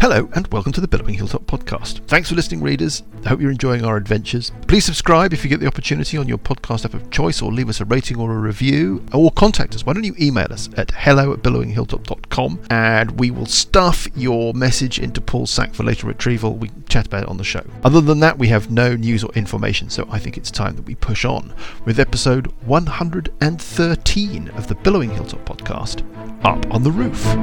Hello, and welcome to the Billowing Hilltop podcast. Thanks for listening, readers. I hope you're enjoying our adventures. Please subscribe if you get the opportunity on your podcast app of choice, or leave us a rating or a review, or contact us. Why don't you email us at hello at billowinghilltop.com and we will stuff your message into Paul's sack for later retrieval. We can chat about it on the show. Other than that, we have no news or information, so I think it's time that we push on with episode 113 of the Billowing Hilltop podcast Up on the Roof.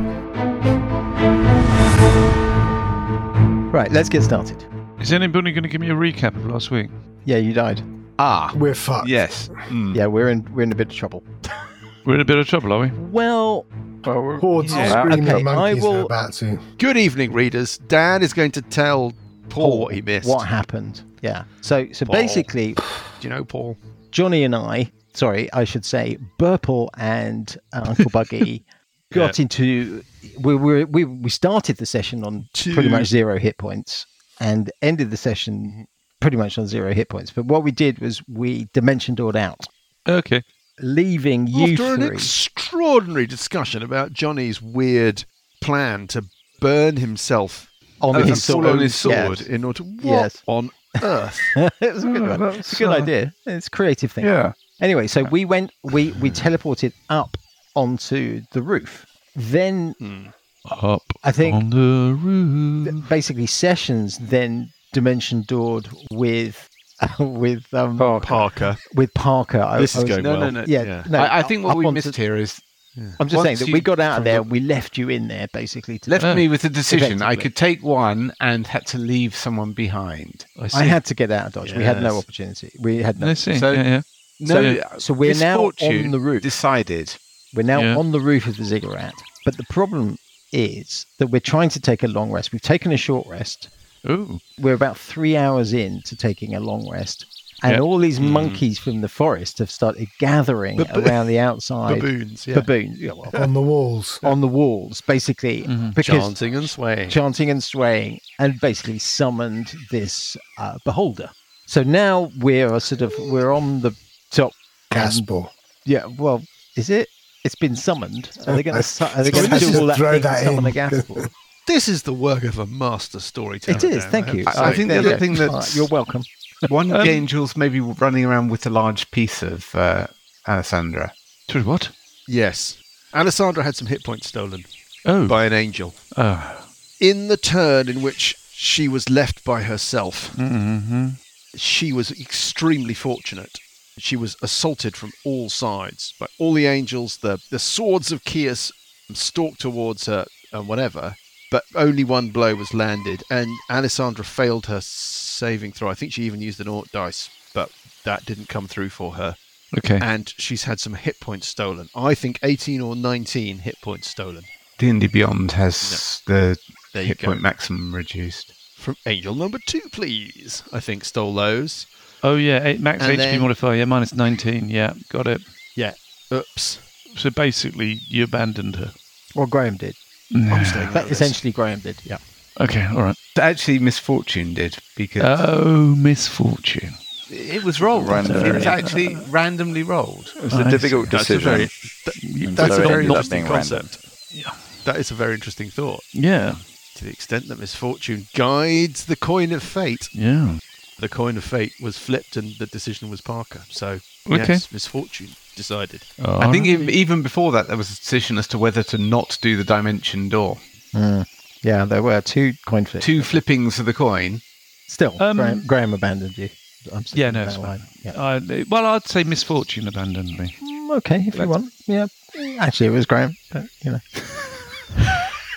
Right, let's get started. Is anybody going to give me a recap of last week? Yeah, you died. Ah, We're fucked. yes. Hmm. Mm. Yeah, we're in we're in a bit of trouble. We're in a bit of trouble, are we? Well, Hordes Yeah, of screaming okay, monkeys I are will- about to. Good evening, readers. Dan is going to tell Paul, what he missed. what happened? Yeah. So so Paul. basically, Do you know, Paul? Johnny and I, sorry, I should say, Burple and uh, Uncle Buggy got into we were we we started the session on pretty much zero hit points and ended the session pretty much on zero hit points. But what we did was we dimension doored out, Okay. leaving you After an three. extraordinary discussion about Johnny's weird plan to burn himself On uh, his full sword. on his sword Yes. in order. What Yes. on earth? it was a good one. It's a good idea. It's a creative thing. Yeah. Anyway, so we went, we we teleported up onto the roof. Then Up I think- on the roof. basically sessions then dimension doored with with um Parker. with Parker. I- This I is was- going well. Yeah, no, I, I think what up we onto- missed here is I'm just saying once that you- we got out of from there. the- We left you in there basically. To left Oh. me with a decision. I Effectively. could take one and had to leave someone behind. see. I had to get out of Dodge. We had no Yes. opportunity. We had no. I see. So- yeah, yeah. No, uh, so we're now misfortune on the roof. Decided. We're now Yeah. on the roof of the ziggurat. But the problem is that we're trying to take a long rest. We've taken a short rest. Ooh. we're about three hours in to taking a long rest, and Yeah. all Mm. these monkeys from the forest have started gathering around the outside Baboons. Yeah. baboons yeah, well, On the walls. on the walls, basically Mm-hmm. because Chanting and swaying. chanting and swaying, and basically summoned this uh, beholder. So now we're sort of we're on the top. and- Gaspar. yeah. Well, is it? It's been summoned. Are they going to? Su- are they Let's going to just do all that throw thing that and summon in. a gaspar? this is the work of a master storyteller. It is. Dan, Thank have you. to I- I say. think the There other you go. thing All right, that's- you're welcome. One of the angels may be running around with a large piece of uh, Alessandra. Through what? Yes. Alessandra had some hit points stolen Oh. by an angel. oh. in the turn in which she was left by herself, Mm-hmm. she was extremely fortunate. She was assaulted from all sides by all the angels. The, the swords of Kias stalked towards her and whatever, but only one blow was landed, and Alessandra failed her saving throw. I think she even used an aught dice, but that didn't come through for her. Okay. And she's had some hit points stolen. I think 18 or 19 hit points stolen D&D Beyond has the There you hit go. point maximum reduced. from angel number two, please. I think stole those. oh yeah. Eight, max and HP then- modifier. Yeah, minus nineteen. Yeah, got it. Yeah. Oops. So basically, you abandoned her. Well, Graham did. I'm staying out But of this. essentially, Graham did. Yeah. Okay. All right. Actually, misfortune did because Oh, misfortune. Uh, it was rolled. Randomly. It was actually randomly rolled. It was a difficult That's a decision. very, You- that's Very an random interesting thing, random. concept. That is a very interesting thought. Yeah. To the extent that misfortune guides the coin of fate, Yeah. the coin of fate was flipped and the decision was Parker. So, Okay. yes, misfortune decided. I think ev even before that, there was a decision as to whether to not do the dimension door. Yeah, there were two coin flips. Two flippings of the coin. Still, Um, Graham, Graham abandoned you. I'm sticking Yeah, no, with it's that fine. line. Yeah. I, well, I'd say misfortune abandoned me. Mm, Okay, if you want. Yeah. Mm, Actually, it was Graham, but you know.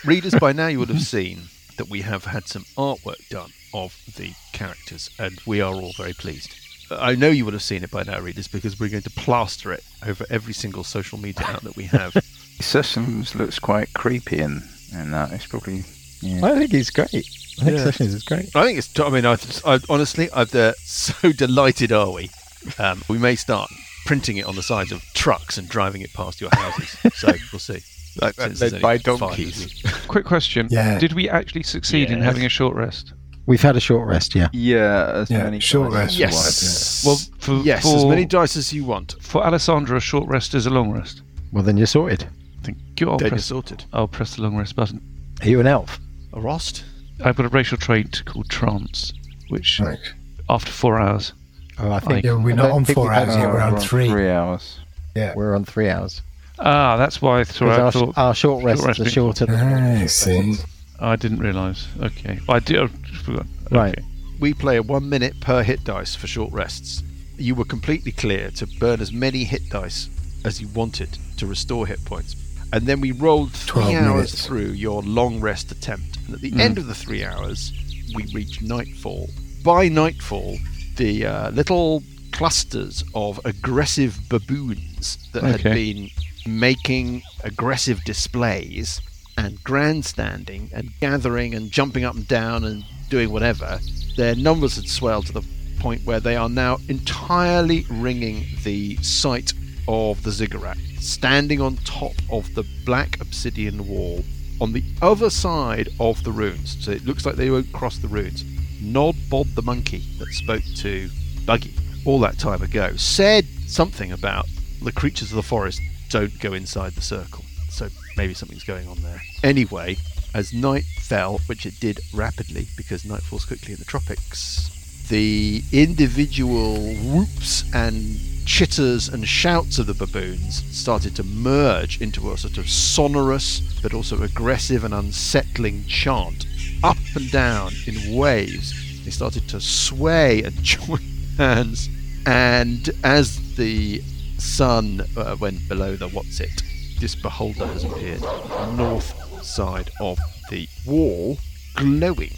Readers, by now you would have seen that we have had some artwork done of the characters, and we are all very pleased. I know you would have seen it by now, readers, because we're going to plaster it over every single social media outlet we have. Sessions looks quite creepy in, in that. It's probably. Yeah. I think he's great. I think Sessions is great. I think it's. I mean, I, I honestly, I'm uh, so delighted. Are we? Um, we may start printing it on the sides of trucks and driving it past your houses. So we'll see. Like, led by donkeys. Quick question. Yeah. Did we actually succeed in having a short rest? We've had a short rest, yeah. Yeah, as Yeah, many short times rest. as you Yes. Well, for, yes. for, As many dice as you want. for Alessandra, a short rest is a long rest. Well, then you're sorted. Thank you. I'll Then you're press, sorted. I'll press the long rest button. Are you an elf? A rost? I've got a racial trait called trance, which Right. after four hours, Oh, I think Yeah, we're I not don't on think four we have hours here. our- We're on three. Three hours. Yeah. We're on three hours. ah, that's why I thought. 'Cause I our, thought our short rests rest are is- shorter than I see. I didn't realise. Okay, I did. I forgot. Right. Okay. We play a one minute per hit dice for short rests. You were completely clear to burn as many hit dice as you wanted to restore hit points. And then we rolled three 12 hours minutes. through your long rest attempt. And at the end of the three hours, we reached nightfall. By nightfall, the uh, little clusters of aggressive baboons that had Okay. been making aggressive displays and grandstanding and gathering and jumping up and down and doing whatever, their numbers had swelled to the point where they are now entirely ringing the site of the ziggurat, standing on top of the black obsidian wall on the other side of the runes. So it looks like they won't cross the runes. Nod Bob the monkey that spoke to Buggy all that time ago said something about the creatures of the forest don't go inside the circle. So maybe something's going on there. Anyway, as night fell, which it did rapidly because night falls quickly in the tropics, the individual whoops and chitters and shouts of the baboons started to merge into a sort of sonorous but also aggressive and unsettling chant up and down in waves. They started to sway and join hands. And as the sun uh, went below the what's it, this beholder has appeared on the north side of the wall, glowing,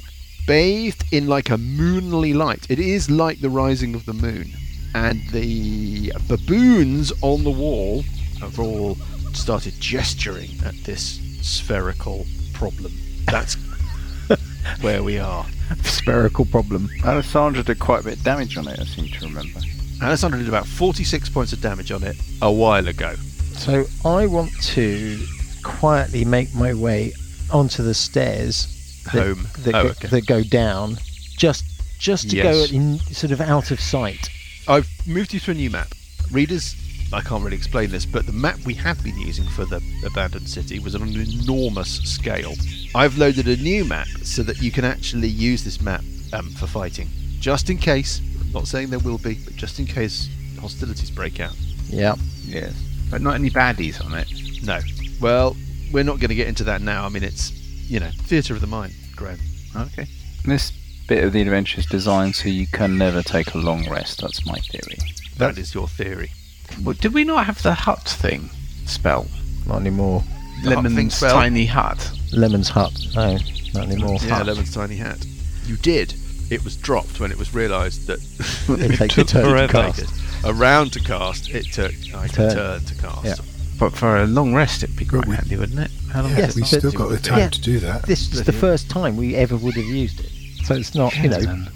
bathed in like a moonly light. It is like the rising of the moon. And the baboons on the wall have all started gesturing at this spherical problem. That's where we are. spherical problem. Alessandra did quite a bit of damage on it, I seem to remember. Alessandra did about 46 points of damage on it a while ago. So I want to quietly make my way onto the stairs that, Home. that, Oh, go, okay. that go down, just just to Yes. go in sort of out of sight. I've moved you to a new map. Readers, I can't really explain this, but the map we have been using for the abandoned city was on an enormous scale. I've loaded a new map so that you can actually use this map um, for fighting, just in case. I'm not saying there will be, but just in case hostilities break out. Yeah. Yes. But not any baddies on it. No. Well, we're not going to get into that now. I mean, it's you know, theatre of the mind, Graham. Okay. This bit of the adventure is designed so you can never take a long rest. That's my theory. That is your theory. Hmm. Well, did we not have the hut thing spell? Not anymore. The hut thing Lemon's spell? tiny hut. Lemon's hut. No, not anymore. Yeah, Lemon's tiny hat. You did. It was dropped when it was realised that It takes a turn to cast. Take it. A round to cast, it took like Turn. a turn to cast. Yeah. But for a long rest, it'd be quite we- handy, wouldn't it? How long Yeah, does We've it but- still got the time Yeah. to do that. This is the first time we ever would have used it. So it's not, you know, Then.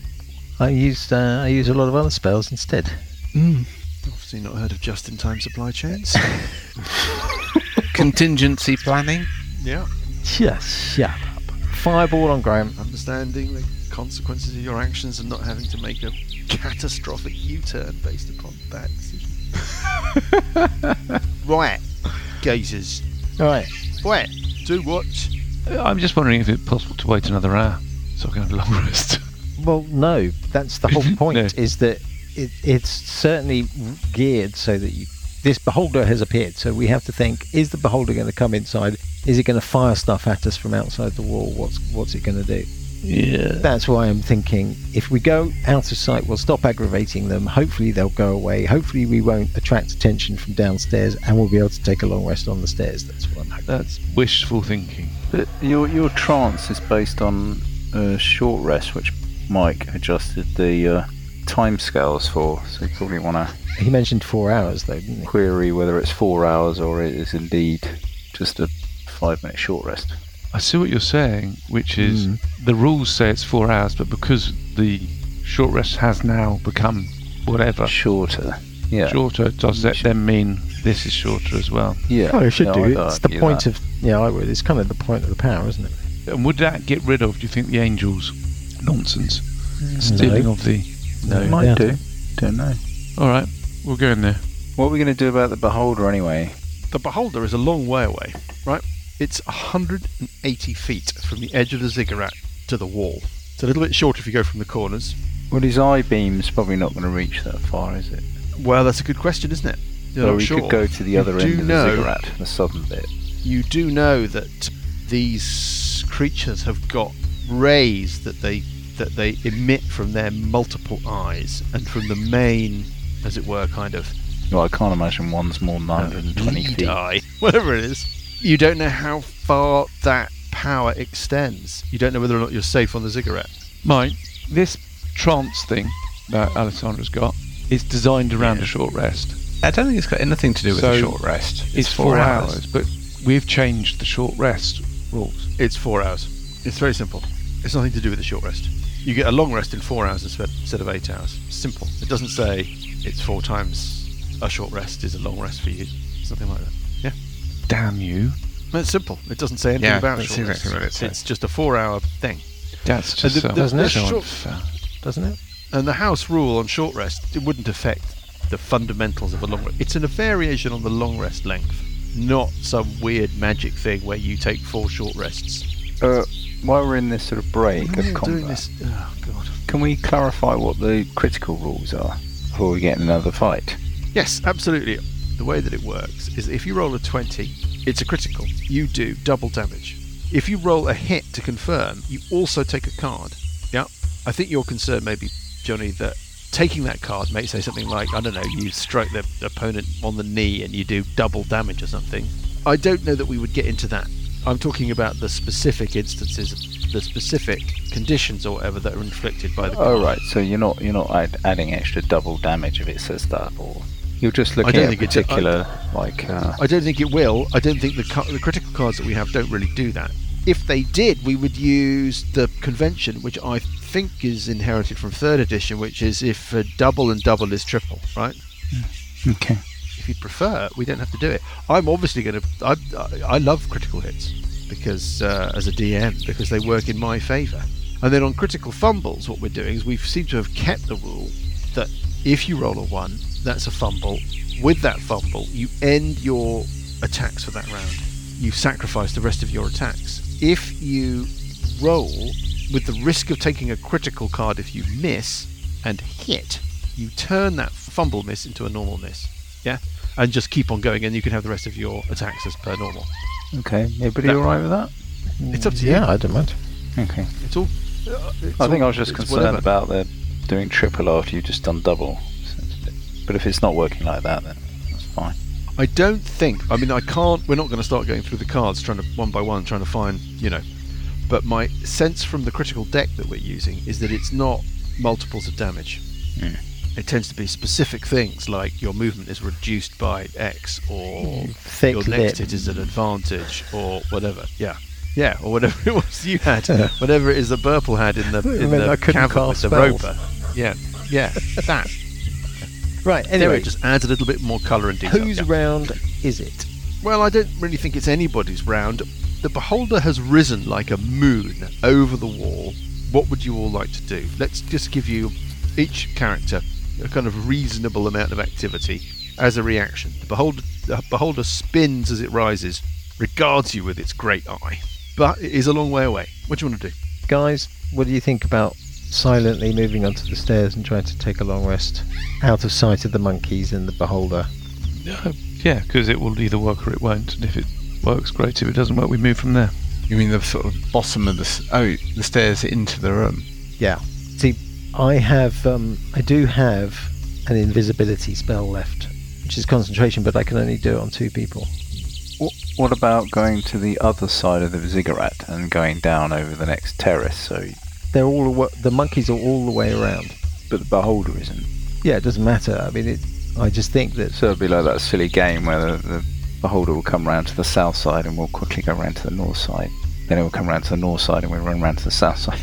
I used uh, I use a lot of other spells instead. Hmm. Obviously not heard of just-in-time supply chains. take? Contingency planning. yeah. Just shut up. Fireball on Graham. Understanding the consequences of your actions and not having to make a catastrophic U-turn based upon that decision. right. Gazers. All right. What? Do what? I'm just wondering if it's possible to wait another hour so I can have a long rest. Well, no, that's the whole point. No. Is that it, it's certainly geared so that you. This beholder has appeared, so we have to think: Is the beholder going to come inside? Is it going to fire stuff at us from outside the wall? What's What's it going to do? yeah. That's why I'm thinking: If we go out of sight, we'll stop aggravating them. Hopefully, they'll go away. Hopefully, we won't attract attention from downstairs, and we'll be able to take a long rest on the stairs. That's what I'm hoping. That's wishful thinking. But your your trance is based on a short rest, which Mike adjusted the uh, time scales for. So you probably want to He mentioned four hours, though, didn't he? query whether it's four hours or it is indeed just a five minute short rest. I see what you're saying, which is the rules say it's four hours, but because the short rest has now become whatever Shorter. Yeah. shorter, does that then mean this is shorter as well? Yeah. Oh, it should No, do. I'd It's the argue point that. of yeah, I would. It's kind of the point of the power, isn't it? And would that get rid of, do you think, the angels' nonsense? Stealing of the. No, might yeah. do. Don't know. All right, we'll go in there. What are we going to do about the beholder anyway? The beholder is a long way away, right? It's 180 feet from the edge of the ziggurat to the wall. It's a little bit shorter if you go from the corners. Well, his eye beam's probably not going to reach that far, is it? Well, that's a good question, isn't it? You're so not we sure. could go to the You other do end of know- the ziggurat, the southern bit. You do know that these creatures have got rays that they that they emit from their multiple eyes and from the main, as it were, kind of Well, I can't imagine one's more than 120 lead feet. eye, whatever it is. You don't know how far that power extends. You don't know whether or not you're safe on the ziggurat. Mike, this trance thing that Alessandra's got is designed around a short rest. I don't think it's got anything to do with So, a short rest. It's, four, hours. but we've changed the short rest rules. It's four hours. It's very simple. It's nothing to do with the short rest. You get a long rest in four hours instead instead of eight hours. Simple. It doesn't say it's four times a short rest is a long rest for you. Something like that. Yeah. Damn you. No, It's simple. It doesn't say anything Yeah, about that's short exactly rests. what it says. It's just a four-hour thing. That's just the- so the- Doesn't it? so short- unfair. doesn't it? And the house rule on short rest, it wouldn't affect the fundamentals of a long rest. It's an, a variation on the long rest length, not some weird magic thing where you take four short rests. Uh, while we're in this sort of break When of you're combat, doing this, oh god. can we clarify what the critical rules are before we get in another fight? Yes, absolutely. The way that it works is if you roll a 20, it's a critical. You do double damage. If you roll a hit to confirm, you also take a card. Yeah. I think your concern may be, Johnny, that taking that card may say something like, I don't know, you strike the opponent on the knee and you do double damage or something. I don't know that we would get into that. I'm talking about the specific instances, the specific conditions or whatever that are inflicted by the Oh right, so you're not you're not add, adding extra double damage if it says that, or you're just looking don't at a think it's a- particular like. Uh, I don't think it will. I don't think the cu- the critical cards that we have don't really do that. If they did, we would use the convention, which I think is inherited from third edition, which is if a double and double is triple, right? okay. If you prefer, we don't have to do it. I'm obviously going to. I I love critical hits because uh, as a DM because they work in my favour. And then on critical fumbles, what we're doing is we seem to have kept the rule that if you roll a one, that's a fumble. With that fumble, you end your attacks for that round. You sacrifice the rest of your attacks. If you roll with the risk of taking a critical card if you miss and hit, you turn that fumble miss into a normal miss. Yeah? And just keep on going, and you can have the rest of your attacks as per normal. Okay. Everybody That- all right with that? It's up to yeah, you. I don't mind. Okay. It's all. uh, it's I think all- I was just it's concerned whatever. about the doing triple after you've just done double. So it's a bit- But if it's not working like that, then that's fine. I don't think. I mean, I can't. We're not going to start going through the cards, trying to one by one, trying to find. You know, but my sense from the critical deck that we're using is that it's not multiples of damage. Mm. It tends to be specific things like your movement is reduced by X, or Thick your lip. next hit is an advantage, or whatever. Yeah. Yeah, or whatever it was you had, whatever it is that Burple had in the It in meant the I couldn't cavern with cast the spells. roper. Yeah, yeah, that. Right. Anyway, Anyway, it just adds a little bit more colour and detail. whose Yeah. round is it? Well, I don't really think it's anybody's round. The beholder has risen like a moon over the wall. What would you all like to do? Let's just give you each character a kind of reasonable amount of activity as a reaction. The beholder, the beholder spins as it rises, regards you with its great eye, but it is a long way away. What do you want to do? Guys, what do you think about silently moving onto the stairs and trying to take a long rest out of sight of the monkeys and the beholder? Uh, yeah, because it will either work or it won't. And if it works, great. If it doesn't work, we move from there. You mean the sort of bottom of the s- oh the stairs into the room? Yeah. See, I have, um, I do have an invisibility spell left, which is concentration, but I can only do it on two people. Wh- What about going to the other side of the ziggurat and going down over the next terrace? So, They're all awa- the monkeys are all the way around. but the beholder isn't. Yeah, it doesn't matter. I mean, it. I just think that. So it'd be like that silly game where the, the beholder will come round to the south side and we'll quickly go round to the north side. Then it will come round to the north side and we'll run round to the south side.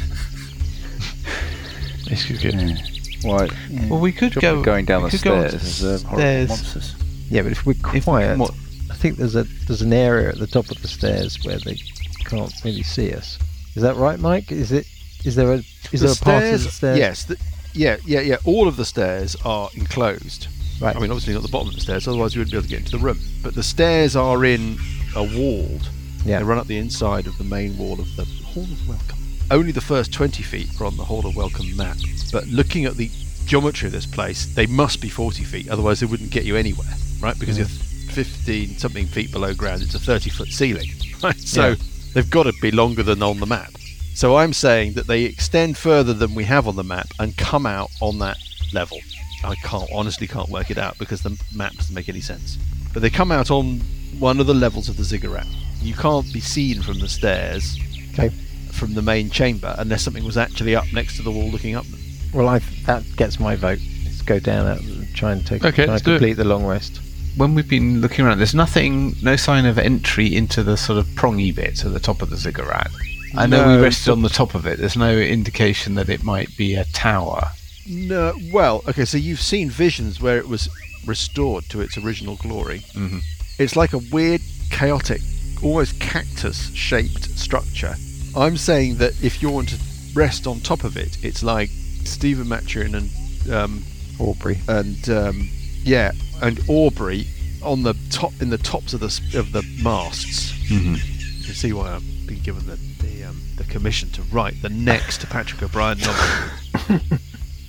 It's good. Why? Well, we could Job go of going down we the could go on stairs. to is, uh, horrible stairs. monsters. Yeah, but if we're If- quiet, what- I think there's a there's an area at the top of the stairs where they can't really see us. Is that right, Mike? Is it? Is there a is there a part of the stairs? Yes. The, yeah, yeah, yeah. All of the stairs are enclosed. Right. I mean, obviously not the bottom of the stairs, otherwise you wouldn't be able to get into the room. But the stairs are in a walled. Yeah. They run up the inside of the main wall of the Hall of Welcome. Only the first 20 feet are on the Holder Welcome map, but looking at the geometry of this place, they must be 40 feet, otherwise they wouldn't get you anywhere, right? Mm. Because you're 15 something feet below ground, it's a 30 foot ceiling, right? So they've got to be longer than on the map. So I'm saying that they extend further than we have on the map and come out on that level. I can't honestly can't work it out because the map doesn't make any sense. But they come out on one of the levels of the ziggurat. You can't be seen from the stairs Okay. from the main chamber unless something was actually up next to the wall looking up them. Well, I that gets my vote. Let's go down out and try and take. Okay, try and let's do it. complete the long rest. When we've been looking around, there's nothing, no sign of entry into the sort of prongy bit at the top of the ziggurat. I know we No, rested on the top of it. There's no indication that it might be a tower. No, well, okay, so you've seen visions where it was restored to its original glory. Mhm. It's like a weird, chaotic, almost cactus shaped structure. I'm saying that if you want to rest on top of it, it's like Stephen Maturin and um, Aubrey. and um, yeah, and Aubrey on the top in the tops of the s- of the masts. Mhm. You can see why I've been given the the, um, the commission to write the next Patrick O'Brien novel.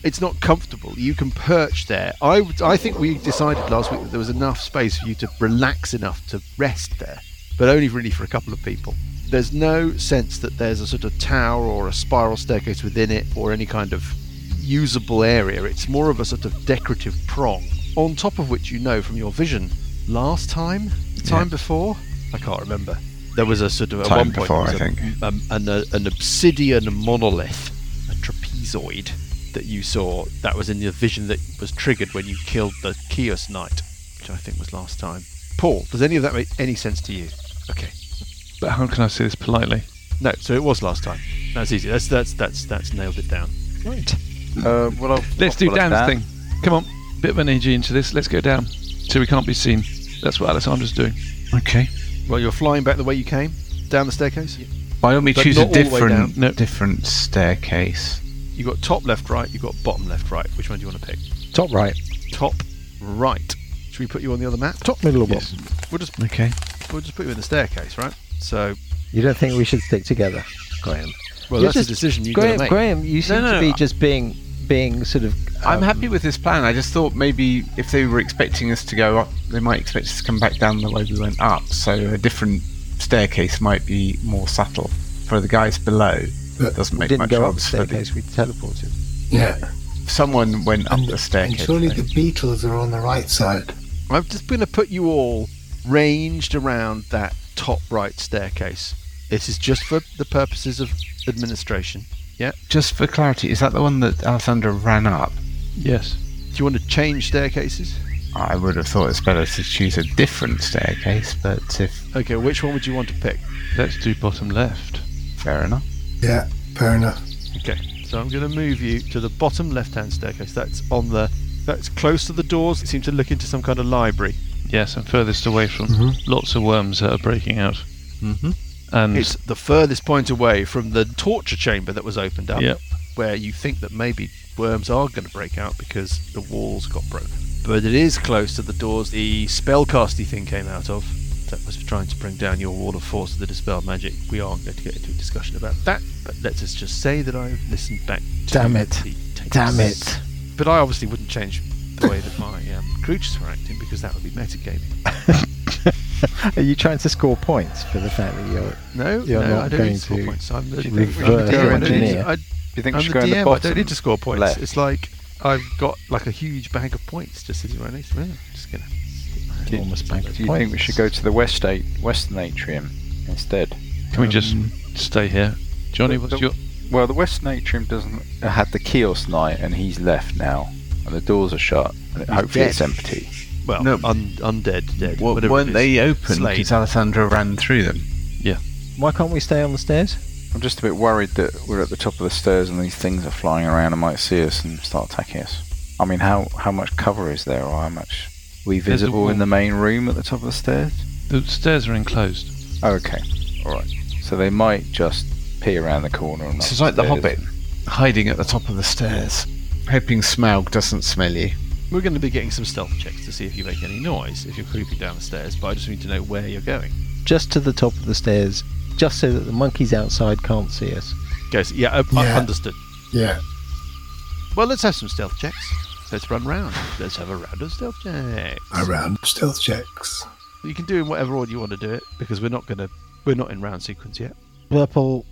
it's not comfortable. You can perch there. I would- I think we decided last week that there was enough space for you to relax enough to rest there, but only really for a couple of people. There's no sense that there's a sort of tower or a spiral staircase within it or any kind of usable area. It's more of a sort of decorative prong, on top of which you know from your vision last time, the time before, I can't remember. There was a sort of at Time one point before, there I was a- think. um, an, uh, an obsidian monolith, a trapezoid that you saw. That was in the vision that was triggered when you killed the Kios Knight, which I think was last time. Paul, does any of that make any sense to you? Okay. But how can I say this politely? No, so it was last time. That's easy. That's that's that's that's nailed it down. Right. Uh, well, I've, Let's I've do got a Dan's plan. thing. Come on, bit of energy into this. Let's go down, so we can't be seen. That's what Alessandra's doing. Okay. Well, you're flying back the way you came, down the staircase. Why don't we But choose not a all the way down. different No. different staircase? You got top left, right. You got bottom left, right. Which one do you want to pick? Top right. Top right. Should we put you on the other map? Top middle or Yes. bottom? We'll just Okay. we'll just put you in the staircase, right? So You don't think we should stick together, Graham? well, You're that's just- a decision you're Graham, to make. Graham, you seem to no, no, be I- just being being sort of. I'm um, happy with this plan. I just thought maybe if they were expecting us to go up, they might expect us to come back down the way we went up. So a different staircase might be more subtle for the guys below. That doesn't We make didn't much go up the odds. but staircase. We teleported. Yeah. Someone went up the And staircase. surely though. the Beatles are on the right side. I'm just going to put you all ranged around that top right staircase. This is just for the purposes of administration. Just for clarity, is that the one that Alessandra ran up? Yes. Do you want to change staircases? I would have thought it's better to choose a different staircase, but if Okay, which one would you want to pick? Let's do bottom left. fair enough. Yeah, fair enough. Okay, so I'm going to move you to the bottom left-hand staircase. That's on the that's close to the doors. It seems to look into some kind of library. Yes, and furthest away from Mm-hmm. lots of worms that are breaking out. Mm-hmm. Mm. And It's the furthest point away from the torture chamber that was opened up, Yep. where you think that maybe worms are going to break out because the walls got broken. But it is close to the doors the spellcasty thing came out of. That was trying to bring down your wall of force with the dispel magic. We aren't going to get into a discussion about that, but let us just say that I've listened back to Damn it. the tapes. Damn it! But I obviously wouldn't change the way that my um, creatures were acting because that would be metagaming. Are you trying to score points for the fact that you're? No, You're no, not I don't going need to score to points. I'm the, Do you I'm the think we DM. should go I don't need engineer? to- I- Do you think I'm we the should go in the DM. I bottom? don't need to score points. left? It's like I've got like a huge bag of points just sitting right next to me. I'm just gonna. Do you- Enormous bank of Do you think we should go to the west state, western atrium instead? can we just um, stay here, Johnny? What's the- your Well, the western atrium doesn't it had the kiosk night, and he's left now, and the doors are shut, and it, hopefully it's dead. empty. Well, No. un, undead, dead. Well, whatever weren't it they is. open? Slate. Because Alessandra ran through them. Why can't we stay on the stairs? I'm just a bit worried that we're at the top of the stairs and these things are flying around and might see us and start attacking us. I mean, how how much cover is there, or how much we There's a visible wall. in the main room at the top of the stairs? the stairs are enclosed. Oh, okay, all right. So they might just peer around the corner. And This up is like the stairs. Hobbit, hiding at the top of the stairs, hoping Smaug doesn't smell you. We're going to be getting some stealth checks to see if you make any noise if you're creeping down the stairs. But I just need to know where you're going. Just to the top of the stairs, just so that the monkeys outside can't see us. goes, yeah, uh, uh, Yeah. understood. Yeah. Well, let's have some stealth checks. Let's run round. Let's have a round of stealth checks. Around stealth checks. You can do in whatever order you want to do it because we're not gonna we're not in round sequence yet. Purple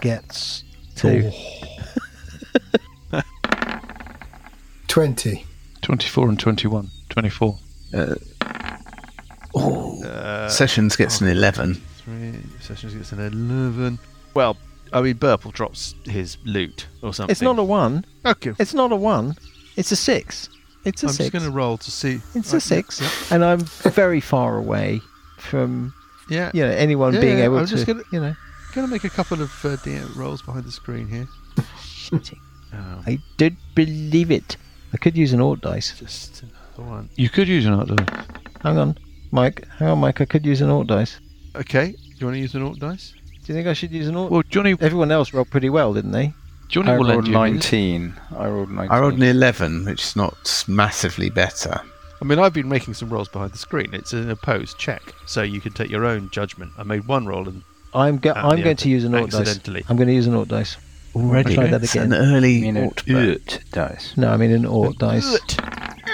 gets two. 20. 24 and 21. 24. Uh, Sessions gets an 11. three sessions gets an eleven. Well, I mean, Burple drops his loot or something. It's not a one. okay. It's not a one. It's a six. It's a I'm six. just gonna roll to see. It's I- a six, and I'm very far away from Yeah, you know anyone Yeah, being yeah, able I'm to. just gonna- You know, gonna make a couple of uh, DM rolls behind the screen here. Um, I don't believe it. I could use an ort dice. just another one. You could use an art die. Hang on, Mike. Hang on, Mike. I could use an ort dice. Okay, do you want to use an orc dice? Do you think I should use an ort? Well, Johnny, Everyone else rolled pretty well, didn't they? Johnny I will rolled lend you. his. 19. I rolled 19. I rolled an 11, which is not massively better. I mean, I've been making some rolls behind the screen. It's an opposed check, so you can take your own judgment. I made one roll and I'm go- Ah, I'm yeah, going to use an ort dice. accidentally. I'm going to use an ort dice. Already, Try that it's again. an early You mean an Ortberg. oot dice. No, I mean an ort dice. What?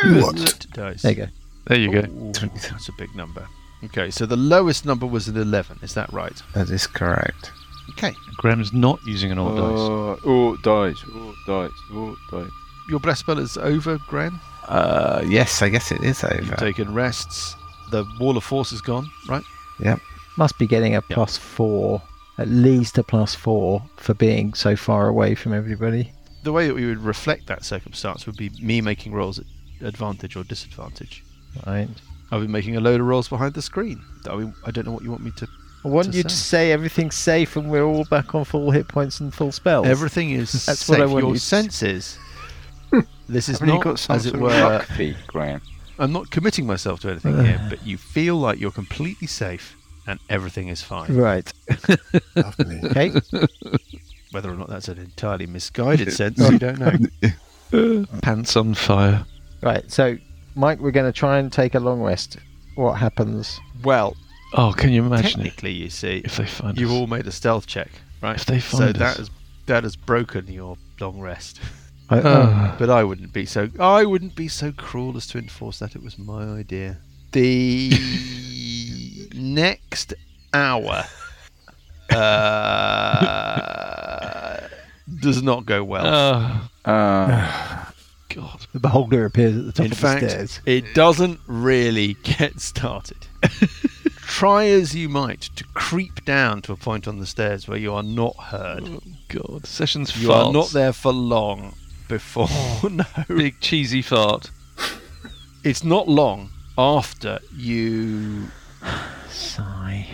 Oot dice. There you go. There you go. Ooh, that's a big number. Okay, so the lowest number was an 11. Is that right? That is correct. Okay. Graham's not using an art dice. Oh, oh, dice. Oh, dice. Oh, dice. Your bless spell is over, Graham. Uh, yes, I guess it is You've over. taken rests. The wall of force is gone, right? Must be getting a plus four, at least a plus four for being so far away from everybody. The way that we would reflect that circumstance would be me making rolls at advantage or disadvantage. Right. I've been making a load of rolls behind the screen. I mean, I don't know what you want me to. I want to you to say everything's safe and we're all back on full hit points and full spells. Everything is That's safe. what I want Your you to- senses. this is Haven't you not, got some as it sort were, of luck fee, Graham? I'm not committing myself to anything here, but you feel like you're completely safe and everything is fine. Right. Lovely. Okay. Whether or not that's an entirely misguided sense, you don't know. Pants on fire. right. So, Mike, we're going to try and take a long rest. What happens? Well, Oh, can you imagine it? technically, you see, If they find you've us. all made a stealth check, right? If they so find that us. has that has broken your long rest. I, oh, Ah. But I wouldn't be so I wouldn't be so cruel as to enforce that. It was my idea. The next hour uh, does not go well. Oh, Uh, God. the beholder appears at the top In of fact, the stairs. it doesn't really get started. Try as you might to creep down to a point on the stairs where you are not heard. God. Sessions You farts. are not there for long before. no, Big cheesy fart. it's not long after you Sigh.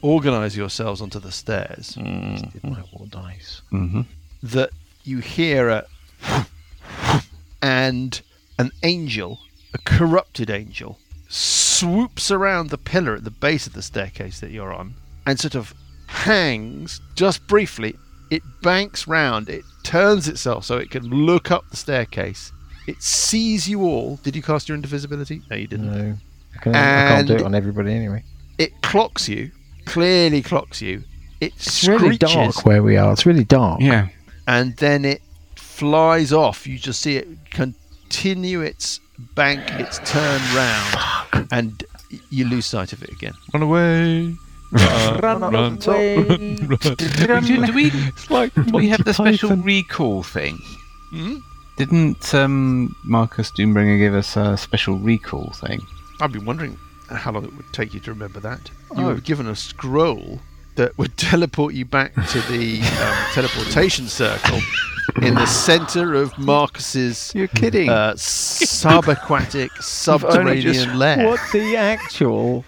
organize yourselves onto the stairs Did my war dice. Mm. Mm-hmm. that you hear a and an angel, a corrupted angel, swoops around the pillar at the base of the staircase that you're on and sort of hangs just briefly. It banks round, it turns itself so it can look up the staircase. It sees you all. Did you cast your invisibility? No, you didn't. No. I, can, I can't do And- it on everybody anyway. It clocks you, clearly clocks you. It It's really screeches. dark where we are. It's really dark. Yeah. and then it flies off. You just see it continue its bank, its turn round, and you lose sight of it again. Run away. run, run, run, do, do we, It's like we have the special Python. recall thing? Hmm? Didn't um, Marcus Doombringer give us a special recall thing? I've been wondering how long it would take you to remember that. You were given a scroll that would teleport you back to the um, teleportation circle in the centre of Marcus's. you're kidding. Uh, subaquatic only subterranean just- lair. What the actual?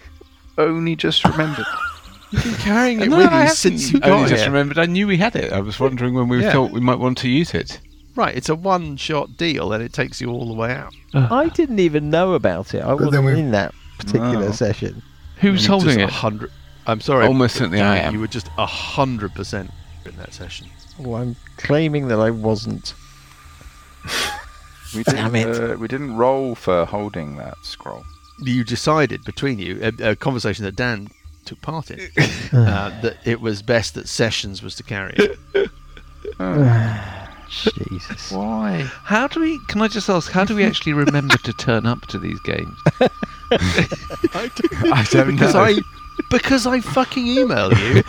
Only just remembered. Carrying it No, with I you haven't. since you I only got just here. remembered. I knew we had it. I was wondering when we Yeah. thought we might want to use it. Right, it's a one-shot deal, and it takes you all the way out. I didn't even know about it. I But wasn't then we- in that particular No. session. Who's Just holding a it? hundred. I'm sorry. Almost but certainly I Dan, am. You were just a hundred percent in that session. Well, I'm claiming that I wasn't. We Damn didn't, it. Uh, we didn't roll for holding that scroll. You decided between you a, a conversation that Dan took part in uh, that it was best that Sessions was to carry it. Jesus. Why? How do we? Can I just ask? How do we actually remember to turn up to these games? I don't because know. I because I fucking email you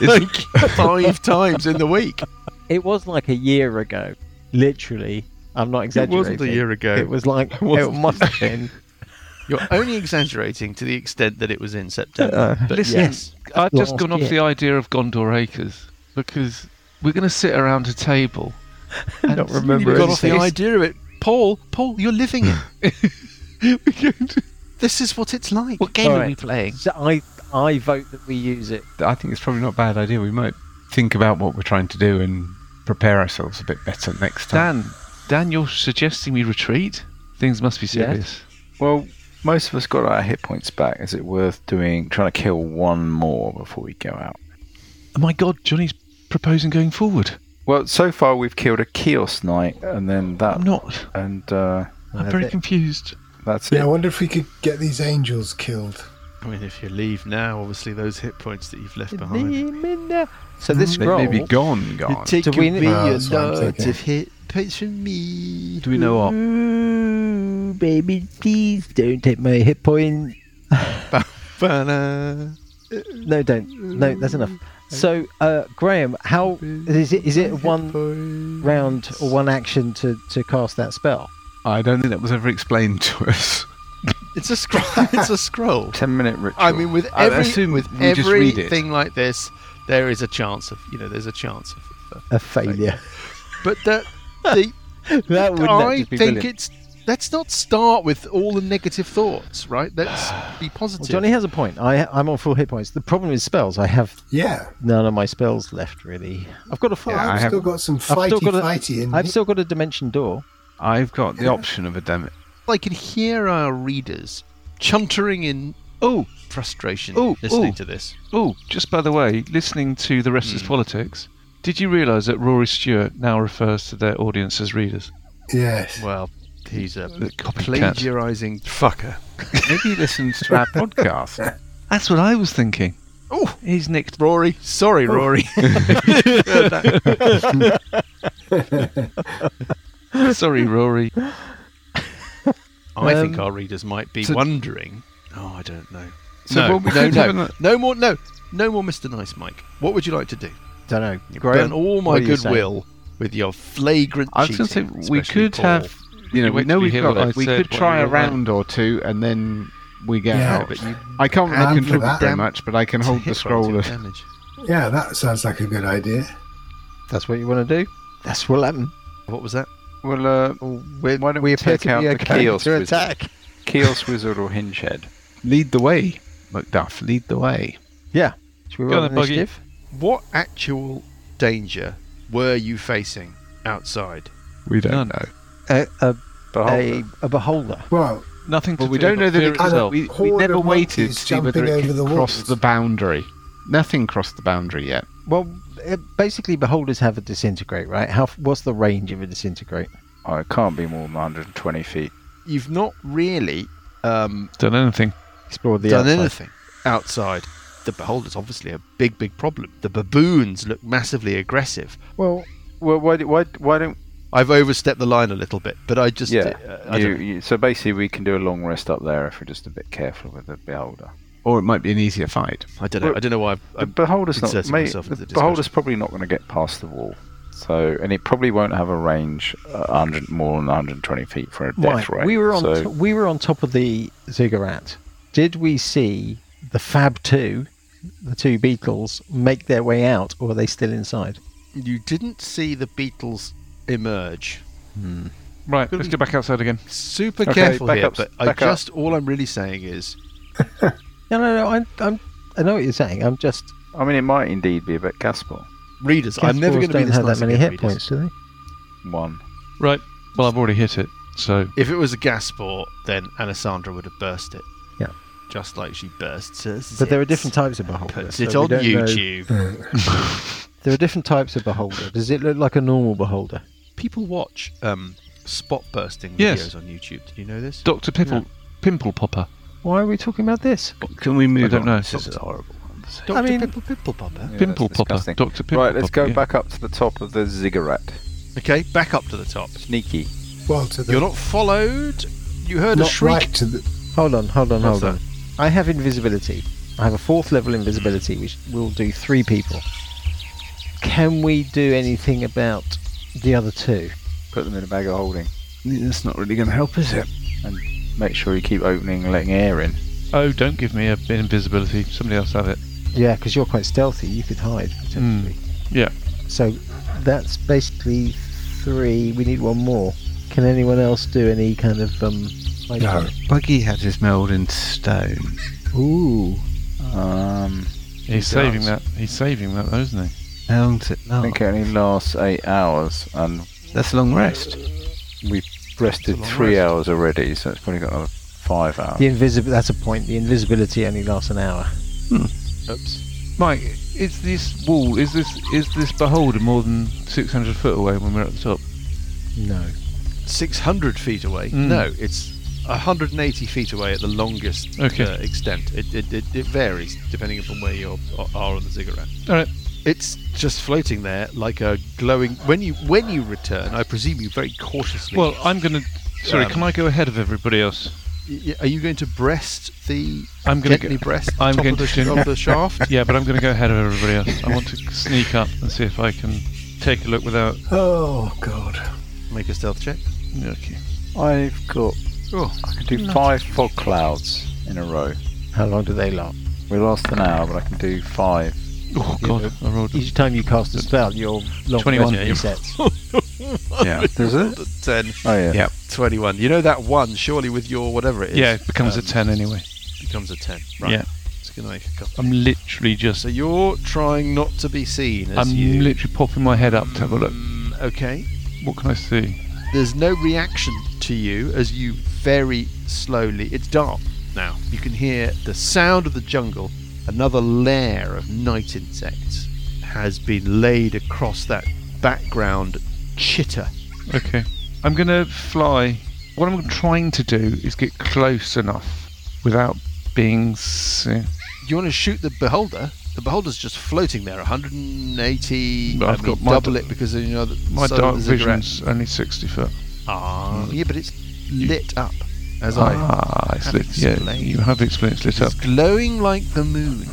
like five times in the week. It was like a year ago, literally. I'm not exaggerating. wasn't a year ago. It was like it wasn't. must have been. You're only exaggerating to the extent that it was in September. uh, but Uh, Listen, yes, I've just Last gone off year. the idea of Gondor Acres because we're going to sit around a table. And Not remember you've we've got gone off the idea of it, Paul. Paul, you're living it. this is what it's like. What game All are we right. playing? So I I vote that we use it. I think it's probably not a bad idea. We might think about what we're trying to do and prepare ourselves a bit better next time. Dan, Dan, you're suggesting we retreat? Things must be serious. Well, most of us got our hit points back. Is it worth doing? Trying to kill one more before we go out. Oh my God, Johnny's proposing going forward. Well, so far we've killed a kiosk knight, and then that, I'm not. and uh, I'm very confused. that's Yeah, I it. wonder if we could get these angels killed. I mean, if you leave now, obviously those hit points that you've left behind. So this They scroll. may be gone, The gone. tick Do we- of Oh, me a that's what I'm lot thinking. of hit points from me. Do we know Mm-hmm. what? Ooh, baby, please don't take my hit point. Ba-da. No, don't. No, that's enough. So, uh, Graham, how is it? Is it one round or one action to, to cast that spell? I don't think that was ever explained to us. It's a scroll. it's a scroll. Ten minute ritual. I mean, with I every assume with we just read it. everything like this, there is a chance of you know there's a chance of. of- A failure. But the, the that would I not think be brilliant. it's let's not start with all the negative thoughts, right? Let's be Well, positive. Johnny has a point. I I'm on full hit points. The problem is spells. I have Yeah. none of my spells left really. I've got a fire. Well, I I've have- still got some I've fighty still got a, fighty in I've me. still got a dimension door. I've got the option of a demo. I can hear our readers chuntering in Oh, frustration Ooh, listening ooh. to this. oh, just by the way, listening to The Rest is Hmm. Politics, did you realise that Rory Stewart now refers to their audience as readers? Yes. Well, he's a The copycat. plagiarizing fucker. Maybe he listens to our podcast. That's what I was thinking. Oh, He's nicked. Rory, sorry, Rory. Sorry, Rory. I think Um, our readers might be so- wondering. Oh, I don't know. So no, what we no, could no, have in the- no more, no, no more, Mister Nice Mike. What would you like to do? Don't know. You Graham, burn all my what do you say? goodwill with your flagrant I was cheating. going to say we especially could Paul. have, you know, You we wait know till you we've hear got. what I Like, we said, could what try you a all want. round or two, and then we get Yeah, out. but you, I can't. I'm I can for contribute that. very much, but I can It's a hold the hit scroll. roll Of, to damage. Yeah, that sounds like a good idea. That's what you want to do. That's what'll happen. What was that? well, uh, we why don't we we appear take to out be the a chaos to wizard? attack. kiosk wizard or hinge head? lead the way, Macduff. Lead the way. Should we Go roll on then, Buggy. initiative? What actual danger were you facing outside? We don't None. know. A, a, Beholder. a, a beholder. Well, Nothing to Well, we fear don't but know that fear it could- itself. We, we Horde never of waited to monkeys see whether jumping it over could the cross walls. the boundary. Nothing crossed the boundary yet. Well, uh, basically, beholders have a disintegrate, right? How? f- What's the range of a disintegrate? Oh, it can't be more than 120 feet. You've not really um, Done anything. Explore the done outside. anything outside. The beholder's obviously a big, big problem. The baboons look massively aggressive. Well, Well, why, do- why, why don't I've overstepped the line a little bit, but I just Yeah. uh, I you, don't- you- so basically, we can do a long rest up there if we're just a bit careful with the beholder. Or it might be an easier fight. I don't know. I don't know why. I've, The I'm- beholder's not. inserting May, myself the into the beholder's probably not going to get past the wall. So, and it probably won't have a range uh, 100 more than 120 feet for a death right. ray. We were on. So, to- we were on top of the ziggurat. Did we see the Fab Two, the two Beatles, make their way out, or are they still inside? you didn't see the beetles emerge. Right, let's go back outside again. Super Okay, careful back here, up, but I back up. just all I'm really saying is No, no, no. I'm. I'm I know what you're saying. I'm just. I mean, it might indeed be a bit Gaspar. readers. I'm never Caspars going to be don't this have nice that many again, hit readers. points, do they? One. Right. Well, I've already hit it, so If it was a gas sport, then Alessandra would have burst it. Yeah. Just like she bursts us. But there are different types of beholder. Puts so it we on don't know- YouTube. There are different types of beholder. Does it look like a normal beholder? People watch um, spot bursting videos Yes. on YouTube. Did you know this? Doctor Pimple, Pimple Popper. Why are we talking about this? Can we I move don't on? know. This is horrible. Doctor mean- Pimple Pimple Popper. Yeah, Pimple that's popper. disgusting. Doctor Pimple. right, let's popper, go yeah. back up to the top of the ziggurat. Okay, back up to the top. Sneaky. Well, to the You're not followed. You heard a not shriek. right to the. Hold on, hold on, What's hold on. I have invisibility. I have a fourth level invisibility, which will do three people. Can we do anything about the other two? Put them in a bag of holding. That's not really going to help, is it? Make sure you keep opening and letting air in. Oh, don't give me a, an invisibility. Somebody else have it. Yeah, because you're quite stealthy. You could hide Mm. potentially. yeah. So that's basically three. We need one more. Can anyone else do any kind of um? like- No. Buggy had his meld in stone. Ooh. Um, He's saving that. He's saving that, though, isn't he? How long's it I last? think it only lasts eight hours, and That's a long rest. we've rested long three rest. hours already, so it's probably got another five hours. The invisible. That's a point. The invisibility only lasts an hour. Oops. Mike, is this wall? Is this is this beholder more than 600 foot away when we're at the top? No. 600 feet away. Mm. No, it's 180 feet away at the longest Okay. uh, extent. It, it, it, it varies depending upon where you are are on the ziggurat. All right. It's just floating there like a glowing. When you when you return, I presume you very cautiously. Well, I'm gonna. Sorry, Um, can I go ahead of everybody else? Y- y- are you going to breast the I'm gonna gently go- breast the I'm top going of the, to do- of the shaft? Yeah, but I'm going to go ahead of everybody else. I want to sneak up and see if I can take a look without. Oh God. Make a stealth check. Okay. I've got. Oh. I can do five fog clouds in a row. How long do they last? We lost an hour, but I can do five. Oh God, I rolled. Each time you cast a spell, your long 21. rest resets. Yeah. Does Uh, it? The 10, Oh yeah. Yeah. 21. You know that one, surely with your whatever it is. Yeah, it becomes um, a ten anyway. Becomes a 10. Right. Yeah. It's going to make a couple. I'm literally just. So you're trying not to be seen as I'm you. literally popping my head up to have a look. Mm, okay. What can I see? There's no reaction to you as you very slowly. It's dark now. You can hear the sound of the jungle. Another layer of night insects has been laid across that background chitter. Okay. I'm going to fly. What I'm trying to do is get close enough without being. s- You want to shoot the beholder? The beholder's just floating there, 180. But I I've mean, got my double d- it because you know the My side dark of the ziggurat. vision's only 60 foot. Ah, yeah, but it's lit up. As I, Ah, it's have lit. Yeah, explained. you have explained it's lit up. it's glowing like the moon.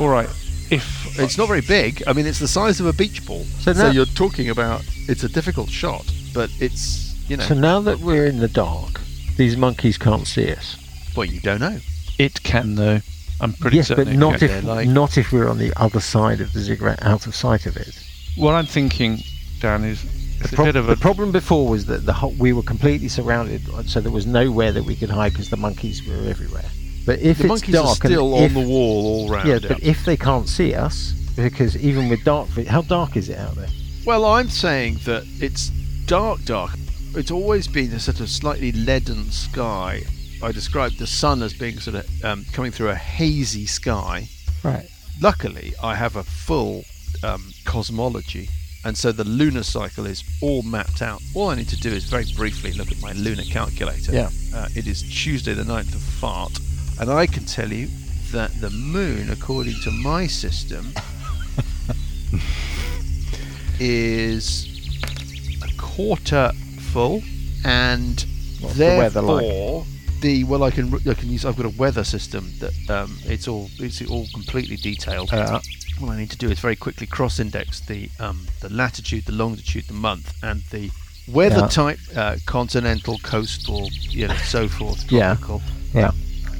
All right. If It's not very big. I mean, it's the size of a beach ball. So, now- you're talking about it's a difficult shot, but it's you know, So now that we're in the dark, these monkeys can't see us. well, you don't know. it can though, I'm pretty yes, certain. but it not can. if Yeah, like- not if we're on the other side of the ziggurat, out of sight of it. What I'm thinking, Dan, is The, it's prob- a bit of the a. problem before was that the whole, we were completely surrounded, so there was nowhere that we could hide because the monkeys were everywhere. But if The it's monkeys dark are still and on if, the wall all round. yeah, yeah. but if they can't see us, because even with dark, vi- how dark is it out there? Well, I'm saying that it's dark, dark. It's always been a sort of slightly leaden sky. I described the sun as being sort of um, coming through a hazy sky. Right. Luckily, I have a full um, cosmology, and so the lunar cycle is all mapped out. All I need to do is very briefly look at my lunar calculator. Yeah. Uh, it is Tuesday, the 9th of Fart, and I can tell you that the moon, according to my system, is a quarter full, and What's the weather like? therefore the well, I can I can use. I've got a weather system that um, it's all it's all completely detailed. Uh, All I need to do is very quickly cross-index the um, the latitude, the longitude, the month, and the weather Yeah. type, uh, continental, coastal, you know, so forth, Yeah. tropical. Yeah.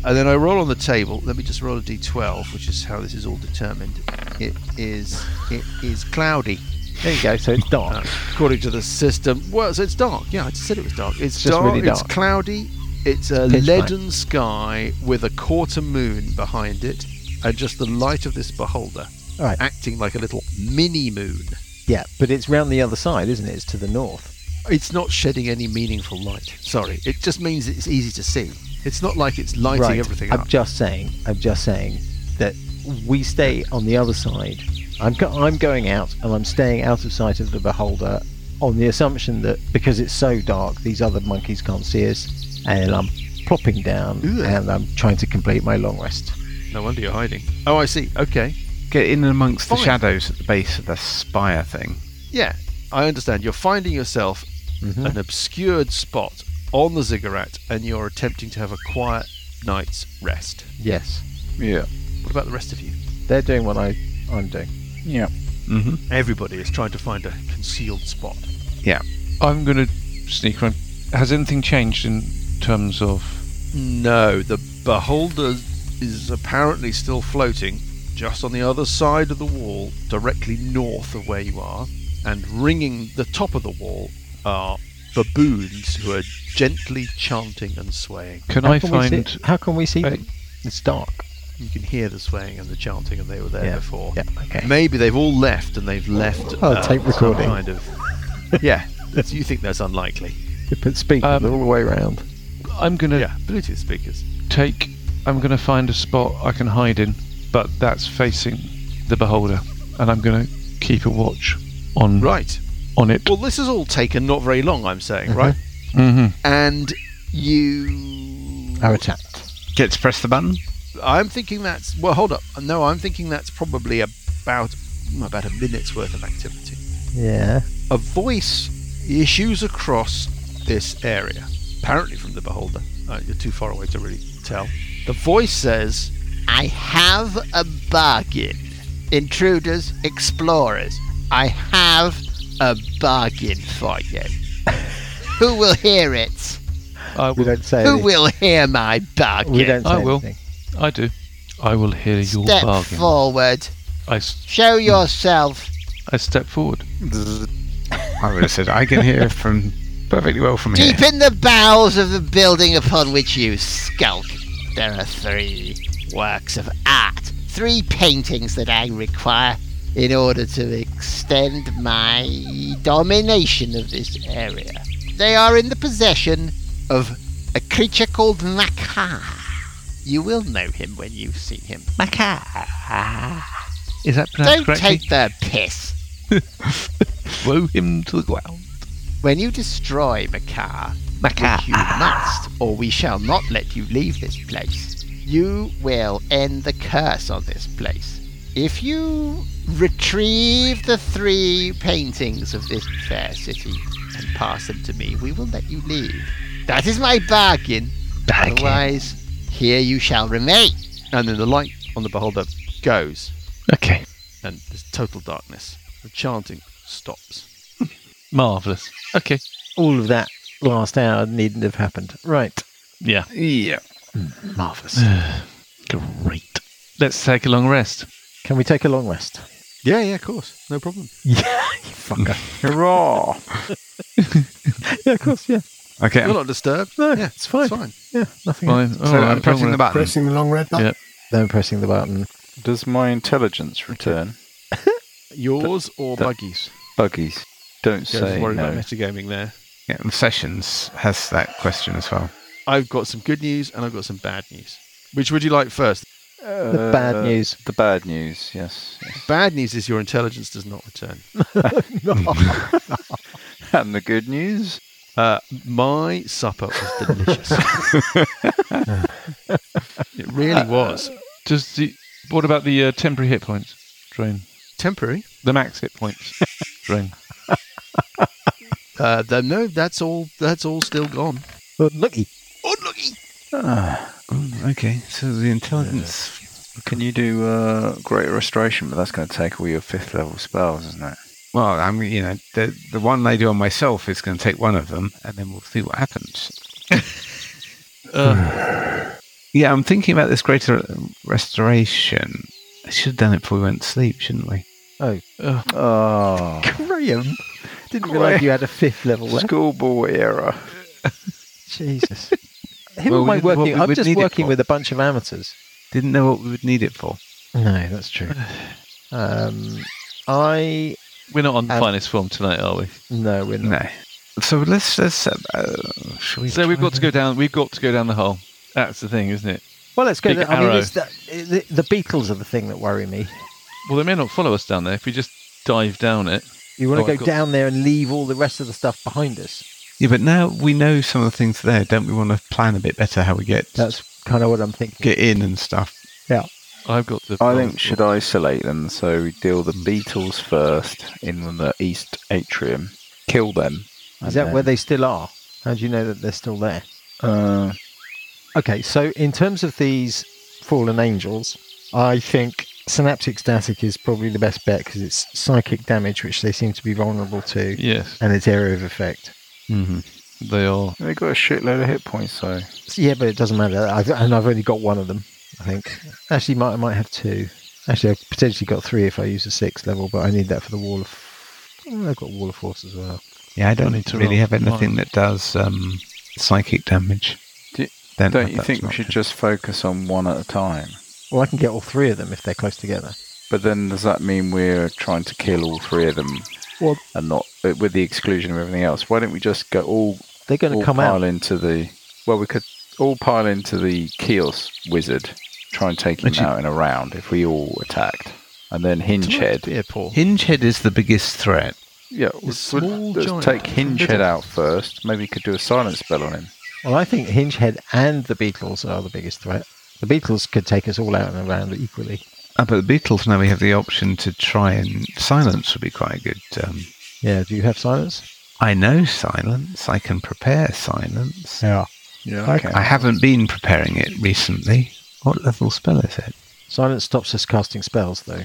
And then I roll on the table. Let me just roll a d12, which is how this is all determined. It is it is cloudy there you go. So it's uh, dark. according to the system. Well, so it's dark. Yeah, I just said it was dark. It's, It's just dark. really It's dark. cloudy. It's a Pitch black. leaden sky with a quarter moon behind it, and just the light of this beholder Right. acting like a little mini moon. Yeah, but it's round the other side, isn't it? It's to the north. It's not shedding any meaningful light. Sorry, it just means it's easy to see. It's not like it's lighting right. everything I'm up. just saying. I'm just saying that we stay on the other side. I'm go- I'm going out and I'm staying out of sight of the beholder on the assumption that because it's so dark, these other monkeys can't see us, and I'm plopping down Ugh. and I'm trying to complete my long rest. No wonder you're hiding. Oh, I see. Okay. get in amongst the Fine. shadows at the base of the spire thing. Yeah, I understand. You're finding yourself an obscured spot on the ziggurat and you're attempting to have a quiet night's rest. Yes. Yeah. What about the rest of you? They're doing what I, I'm doing. Yeah. Everybody is trying to find a concealed spot. I'm going to sneak around. Has anything changed in terms of. No, the beholder is apparently still floating just on the other side of the wall, directly north of where you are, and ringing the top of the wall are baboons who are gently chanting and swaying. Can How I can we see- find. how can we see I- them? It's dark. You can hear the swaying and the chanting, and they were there Yeah, before. yeah, okay. Maybe they've all left, and they've left. uh, Oh, tape some recording. Kind of. Yeah, that's- you think that's unlikely? You put speakers Um, all the way around. I'm going to Yeah, Bluetooth speakers. Mm-hmm. take. I'm going to find a spot I can hide in, but that's facing the beholder, and I'm going to keep a watch on Right. on it. Well, this has all taken not very long, I'm saying, right? Uh-huh. hmm And you Are attacked. Get to press the button. I'm thinking that's well. Hold up. No, I'm thinking that's probably about mm, about a minute's worth of activity. Yeah. A voice issues across this area, apparently from the beholder. Uh, you're too far away to really tell. The voice says, "I have a bargain, intruders, explorers. I have a bargain for you. Who will hear it? I We will. don't say Who anything. will hear my bargain? We don't say I will. anything. I do. I will hear your Step bargain. forward. I, s- Hmm. Show yourself." I step forward. I would have said, I can hear from perfectly well from here. Deep in the bowels of the building upon which you skulk, there are three works of art, three paintings that I require in order to extend my domination of this area. They are in the possession of a creature called Makar. You will know him when you see him. Makar. Is that pronounced Don't correctly? take the piss. Woe him to the ground. When you destroy Makar, Makar, you must, or we shall not let you leave this place. You will end the curse on this place. If you retrieve the three paintings of this fair city and pass them to me, we will let you leave. That is my bargain. Otherwise, here you shall remain. And then the light on the beholder goes, Okay. and there's total darkness. The chanting stops. Marvellous. Okay. All of that last hour needn't have happened. Right. Yeah. Yeah. Marvellous. Great. Let's take a long rest. Can we take a long rest? Yeah, yeah, of course. No problem. Hurrah! Yeah, of course. Yeah. Okay, You're I'm, not disturbed. No, yeah, it's fine. It's fine. Yeah. Nothing. Fine. Oh, so All right, I'm pressing long the button. Pressing the long red button. Yeah. Then pressing the button. Does my intelligence return? Yours or that- Buggy's? Buggies. Don't Yeah, say don't worry no. about metagaming there. Yeah, and Sessions has that question as well. I've got some good news and I've got some bad news. Which would you like first? The bad news. Uh, The bad news. Yes. yes. Bad news is your intelligence does not return. And the good news. Uh, my supper was delicious. it really was. Does the what about the uh, temporary hit points drain? Temporary? The max hit points drain. Uh, the, no, that's all. That's all still gone. Well, looky. Ah, Okay, so the intelligence. Can you do uh, greater restoration? But that's going to take all your fifth level spells, isn't it? Well, I'm you know the the one they do on myself is going to take one of them, and then we'll see what happens. yeah, I'm thinking about this greater restoration. I should have done it before we went to sleep, shouldn't we? Oh, Graham. Didn't realize you had a fifth level left. schoolboy era. Jesus. Who Well, am we I didn't know what working? we I'm would just need it working for. with a bunch of amateurs. Didn't know what we would need it for. No, that's true. Um, I We're not on Um, finest form tonight, are we? no, we're not. No. So let's let's. Uh, shall we So we've try got to the- go down. We've got to go down the hole. That's the thing, isn't it? Well, let's go. Big there. I mean, arrow. it's the, the the Beatles are the thing that worry me. Well, they may not follow us down there if we just dive down it. You want Oh, to I've go got- down there and leave all the rest of the stuff behind us. Yeah, but now we know some of the things there. Don't we want to plan a bit better how we get That's kind of what I'm thinking. get in and stuff? Yeah. I've got the. I think we should isolate them. So we deal the beetles first in the east atrium, kill them. Is and that where then- they still are? How do you know that they're still there? Uh, Okay, so in terms of these fallen angels, I think synaptic static is probably the best bet because it's psychic damage, which they seem to be vulnerable to, Yes, and its area of effect. they are. Mm-hmm. they got a shitload of hit points though. So, yeah, but it doesn't matter. I've, and I've only got one of them, I think. Actually, might, I might have two. Actually, I've potentially got three if I use a sixth level, but I need that for the wall of. Oh, I've got wall of force as well. Yeah, I don't need to really roll have for mine. anything that does um, psychic damage. Do- Don't Don't have you that think we as should an just focus on one at a time? Well, I can get all three of them if they're close together. But then does that mean we're trying to kill all three of them? Well- and not uh, with the exclusion of everything else. Why don't we just go all They're going all to come pile out. into the well? We could all pile into the Kios wizard, try and take him Actually- out in a round if we all attacked, and then Hinge Head. Yeah, Paul. Hinge head is the biggest threat. Yeah, we'll- small we'll- let's giant take from Hinge Head Middle. out first. Maybe we could do a silence spell on him. Well, I think Hingehead and the Beatles are the biggest threat. The Beatles could take us all out in a round equally. Uh, but the Beatles now we have the option to try and silence would be quite a good. Um, Yeah, do you have silence? I know silence. I can prepare silence. Yeah. Yeah, okay. I haven't been preparing it recently. What level spell is it? Silence stops us casting spells, though.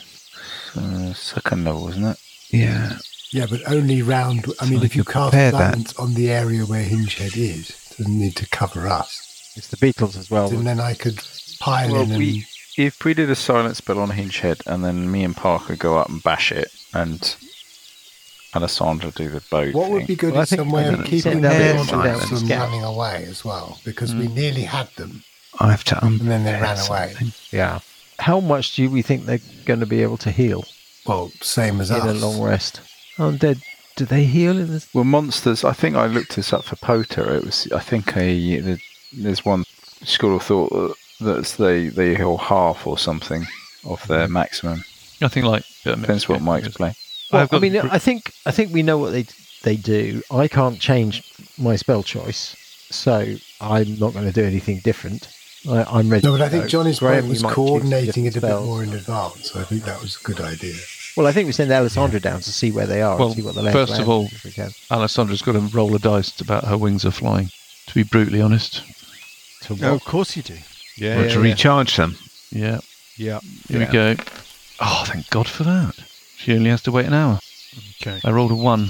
Uh, second level, isn't it? Yeah. Yeah, but only round. I mean, I if you could cast prepare that. silence on the area where Hingehead is, it doesn't need to cover us. It's the Beatles as well. And then I could pile Well, in and um, we if we did a silence spell on Hinge Head, and then me and Parker go up and bash it, and Alessandra do the bow What would thing. be good Well, I is think- some I way think of it's keeping in the there, Beatles silence, from yeah. running away as well, because we nearly had them I have to um, unprepare and then they ran away. something. Yeah. How much do we think they're going to be able to heal Well, same as in a us. long rest? Undead, do they heal in this? Well, monsters. I think I looked this up for Potter. It was. I think a the, there's one school of thought that's they they heal half or something of their maximum. Nothing like. Yeah, Depends what Mike's playing. Well, I've I got mean, the gr- I think I think we know what they they do. I can't change my spell choice, so I'm not going to do anything different. I, I'm ready. No, but I to think go. Johnny's Graham, point you was might choose coordinating it a different bit spells. more in advance. I think that was a good idea. Well, I think we send Alessandra down to see where they are Well, and see what the lay first of land all- is if we can. Alessandra's got to roll a dice about her wings are flying. To be brutally honest. Oh, of course you do. Yeah. Or to recharge them. Yeah. Yeah. Here we go. Oh, thank God for that. She only has to wait an hour. Okay. I rolled a one.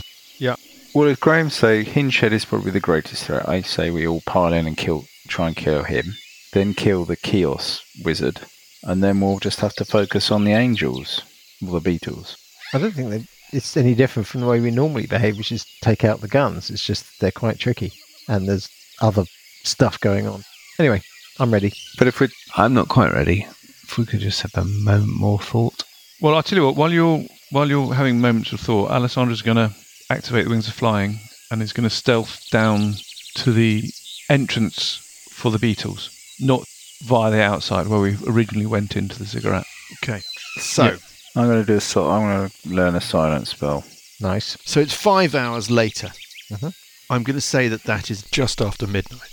Well, if Graham say Hinge Head is probably the greatest threat, I say we all pile in and kill, try and kill him, then kill the Chaos Wizard, and then we'll just have to focus on the Angels or the Beatles. I don't think that it's any different from the way we normally behave, which is take out the guns. It's just they're quite tricky, and there's other stuff going on. Anyway, I'm ready. But if we I'm not quite ready. If we could just have a moment more thought. Well, I'll tell you what. While you're while you're having moments of thought, Alessandra's going to activate the wings of flying and is going to stealth down to the entrance for the Beatles, not via the outside where we originally went into the cigarette. Okay. So, I'm going to do a sil- I'm going to learn a silent spell. Nice. so it's five hours later. Mm-hmm. Mhm. I'm going to say that that is just after midnight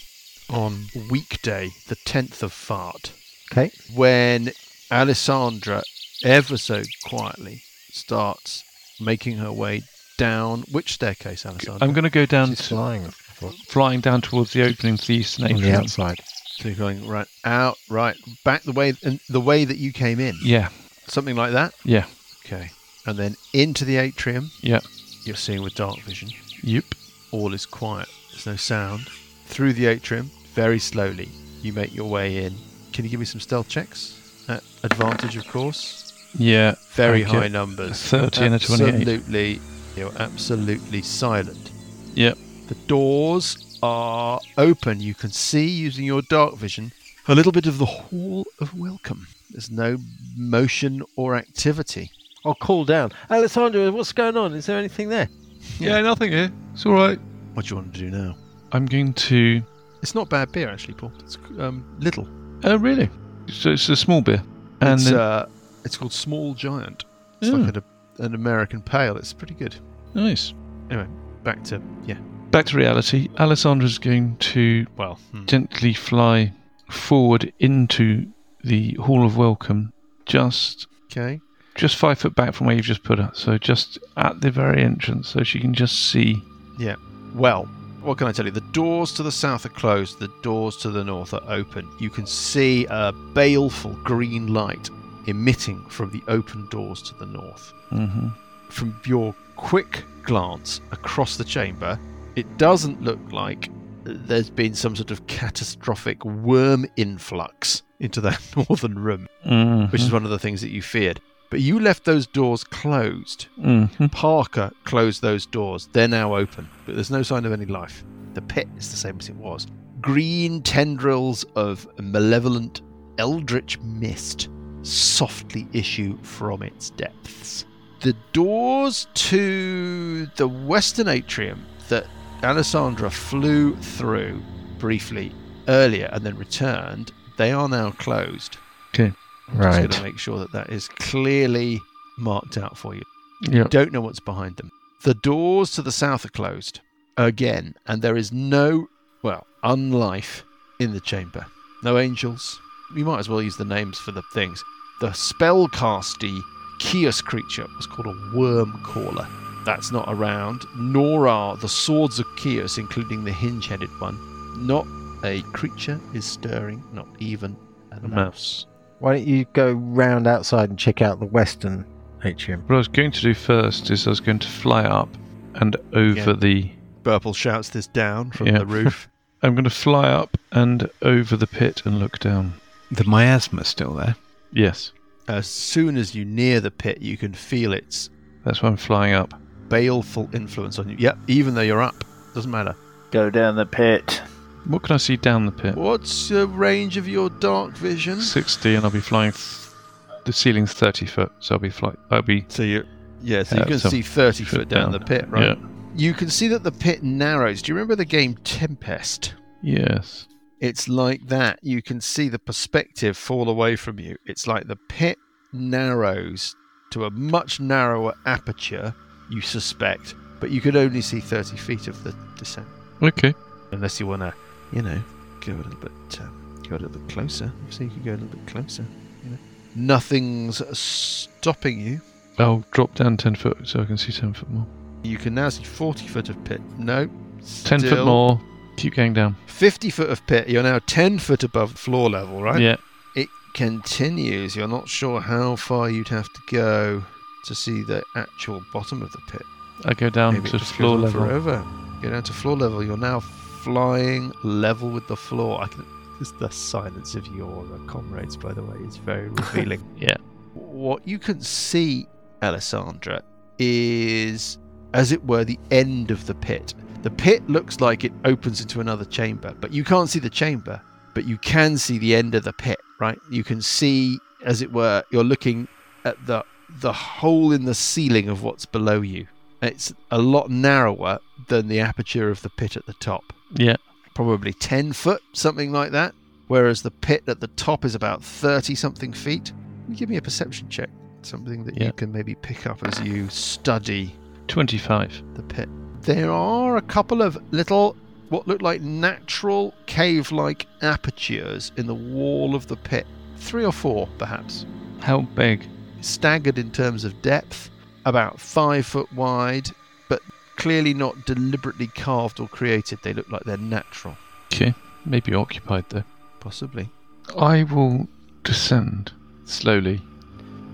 on weekday, the 10th of Fart, Okay. when Alessandra, ever so quietly, starts making her way down which staircase, Alessandra? I'm going to go down She's to, flying. I thought, flying down towards the opening to the eastern on the atrium. outside. So you're going right out, right back the way, and the way that you came in, Yeah, something like that. yeah, Okay, and then into the atrium. yeah. You're seeing with dark vision. Yep. All is quiet. There's no sound. Through the atrium, very slowly, you make your way in. Can you give me some stealth checks? At advantage, of course. Yeah. Very Thank you. high numbers. 30 and a 28. Absolutely, you're absolutely silent. Yep. The doors are open. You can see using your dark vision a little bit of the hall of welcome. There's no motion or activity. I'll call down. Alessandra, what's going on? Is there anything there? Yeah, nothing here. It's all right. What do you want to do now? I'm going to. It's not bad beer actually, Paul. It's um, little. Oh, really? So it's a small beer. And it's, then- uh, it's called Small Giant. It's like an, an American pale. It's pretty good. nice. Back to yeah. Back to reality. Alessandra's going to Well, hmm. gently fly forward into the Hall of Welcome just Okay. just five foot back from where you've just put her. So just at the very entrance, so she can just see. Well, what can I tell you? The doors to the south are closed, the doors to the north are open. You can see a baleful green light emitting from the open doors to the north. hmm From your quick glance across the chamber, it doesn't look like there's been some sort of catastrophic worm influx into that northern room, Mm-hmm. which is one of the things that you feared. But you left those doors closed. Mm-hmm. Parker closed those doors. They're now open, but there's no sign of any life. The pit is the same as it was. Green tendrils of malevolent eldritch mist softly issue from its depths. The doors to the western atrium that Alessandra flew through briefly earlier and then returned, they are now closed. Just going Right. to make sure that that is clearly marked out for you Yeah. don't know what's behind them. The doors to the south are closed again, and there is no, well, unlife in the chamber. No angels. We might as well use the names for the things. The spellcasty Kios creature was called a worm caller. That's not around, nor are the swords of Kios, including the hinge headed one. Not a creature is stirring, not even a A mouse. mouse. Why don't you go round outside and check out the western atrium? What I was going to do first is I was going to fly up and over Yeah. the. Burple shouts this down from Yeah. the roof. I'm going to fly up and over the pit and look down. The miasma's still there. Yes, as soon as you near the pit, you can feel its that's why I'm flying up. baleful influence on you. Yep, even though you're up, doesn't matter. Go down the pit. What can I see down the pit? What's the range of your dark vision? 60, and I'll be flying. Th- the ceiling's 30 foot, so I'll be fly. I'll be So you, yeah, so you Yeah, can so- see thirty foot down, the pit, right? Yeah. You can see that the pit narrows. Do you remember the game Tempest? Yes. It's like that. You can see the perspective fall away from you. It's like the pit narrows to a much narrower aperture. You suspect, but you could only see thirty feet of the descent. Okay. unless you want to, you know, go a little bit, um, go a little bit closer. So you can go a little bit closer. You know, nothing's stopping you. I'll drop down 10 foot so I can see 10 foot more. You can now see 40 foot of pit. No, 10 still. foot more. Keep going down. 50 foot of pit. You're now 10 foot above floor level, right? Yeah. It continues. You're not sure how far you'd have to go to see the actual bottom of the pit. I go down Maybe it to just floor goes on level. Forever. You're down to floor level. You're now flying level with the floor. I can. This, the silence of your uh, comrades, by the way, is very revealing. Yeah. What you can see, Alessandra, is as it were the end of the pit. The pit looks like it opens into another chamber, but you can't see the chamber. But you can see the end of the pit, right? You can see, as it were, you're looking at the the hole in the ceiling of what's below you. It's a lot narrower than the aperture of the pit at the top, Yeah. probably 10 foot, something like that. Whereas the pit at the top is about 30 something feet. Give me a perception check, something that Yeah. you can maybe pick up as you study 25. the pit. There are a couple of little, what look like natural cave like apertures in the wall of the pit. Three or four, perhaps How big? staggered in terms of depth, about five foot wide, but clearly not deliberately carved or created. They look like they're natural. Okay. Maybe occupied though. Possibly. I will descend slowly.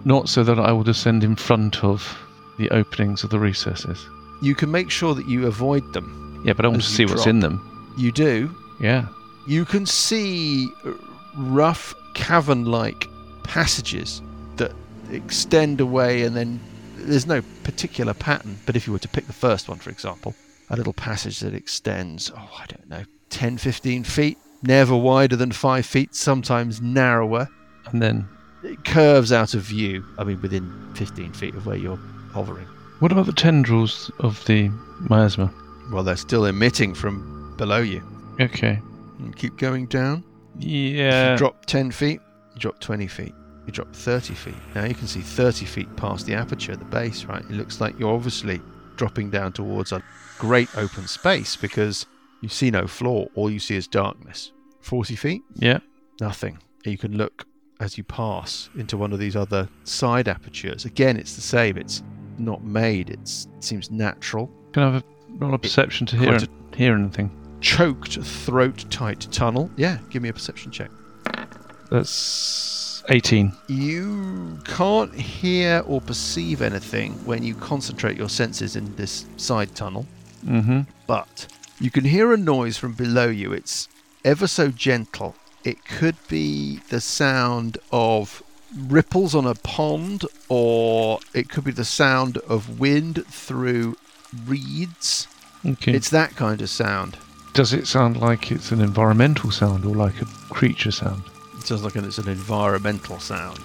Not so that I will descend in front of the openings of the recesses. You can make sure that you avoid them. Yeah, but I want As to you see what's drop. in them. You do. Yeah. You can see uh, rough cavern like passages that extend away and then there's no particular pattern, but if you were to pick the first one, for example, a little passage that extends, oh, I don't know, 10, 15 feet, never wider than five feet, sometimes narrower. And then it curves out of view. I mean, within 15 feet of where you're hovering. what about the tendrils of the miasma? Well, they're still emitting from below you. Okay. You keep going down. If Yeah. you drop 10 feet, you drop 20 feet, you drop 30 feet. Now you can see 30 feet past the aperture at the base, right? It looks like you're obviously dropping down towards a great open space because you see no floor. All you see is darkness. 40 feet, yeah. nothing. You can look as you pass into one of these other side apertures. Again, it's the same. It's not made. It's, it seems natural. Can I have a roll of perception to hear, quite hear anything? Choked, throat tight tunnel. Yeah, give me a perception check. That's 18. You can't hear or perceive anything when you concentrate your senses in this side tunnel, Mm-hmm. but you can hear a noise from below you. It's ever so gentle. It could be the sound of ripples on a pond, or it could be the sound of wind through reeds. Okay. It's that kind of sound. Does it sound like it's an environmental sound or like a creature sound? It sounds like it's an environmental sound.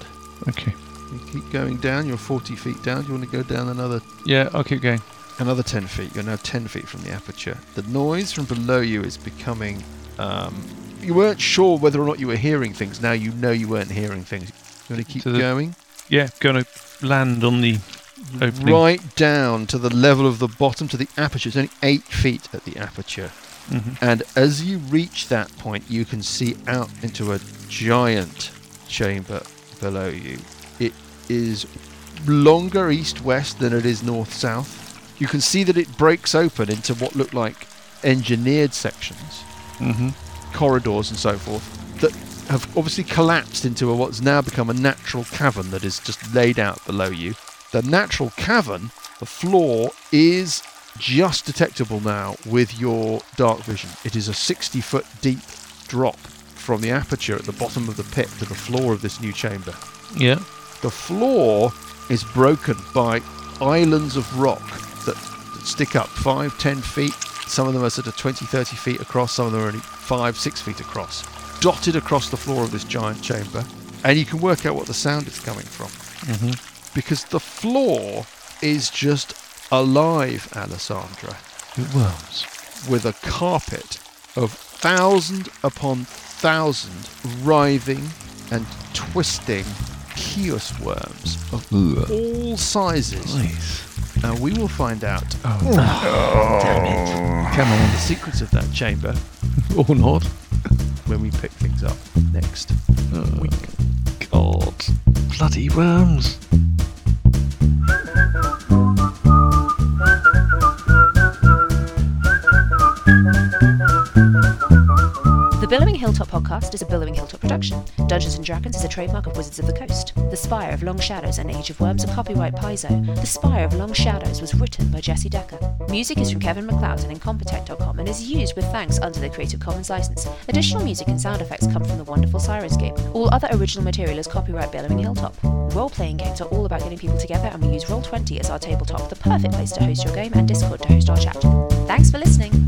Okay. You keep going down. You're 40 feet down. Do you want to go down another Yeah, I'll keep going. another 10 feet. You're now 10 feet from the aperture. The noise from below you is becoming. Um, you weren't sure whether or not you were hearing things. Now you know you weren't hearing things. You want to keep To the going? Yeah, going to land on the opening. Right down to the level of the bottom to the aperture. It's only 8 feet at the aperture. Mhm. And as you reach that point, you can see out into a giant chamber below you. It is longer east west than it is north south. You can see that it breaks open into what look like engineered sections, Mhm. corridors, and so forth that have obviously collapsed into a, what's now become a natural cavern that is just laid out below you. The natural cavern, the floor, is just detectable now with your dark vision. It is a 60 foot deep drop from the aperture at the bottom of the pit to the floor of this new chamber. Yeah. The floor is broken by islands of rock that, that stick up five, ten feet. Some of them are sort of 20, 30 feet across, some of them are only five, six feet across, dotted across the floor of this giant chamber. And you can work out what the sound is coming from. Because the floor is just alive, Alessandra It worms. with a carpet of thousand upon thousand writhing and twisting chaos worms of all sizes. And we will find out Oh, Come on. the secrets of that chamber Or not. when we pick things up next. God. Bloody worms. The Billowing Hilltop podcast is a Billowing Hilltop production. Dungeons and Dragons is a trademark of Wizards of the Coast. The Spire of Long Shadows and Age of Worms are copyright Paizo. The Spire of Long Shadows was written by Jesse Decker. Music is from Kevin MacLeod and Incompetech.com and is used with thanks under the Creative Commons license. Additional music and sound effects come from the wonderful Sirenscape. All other original material is copyright Billowing Hilltop. Role playing games are all about getting people together, and we use Roll20 as our tabletop, the perfect place to host your game and Discord to host our chat. Thanks for listening!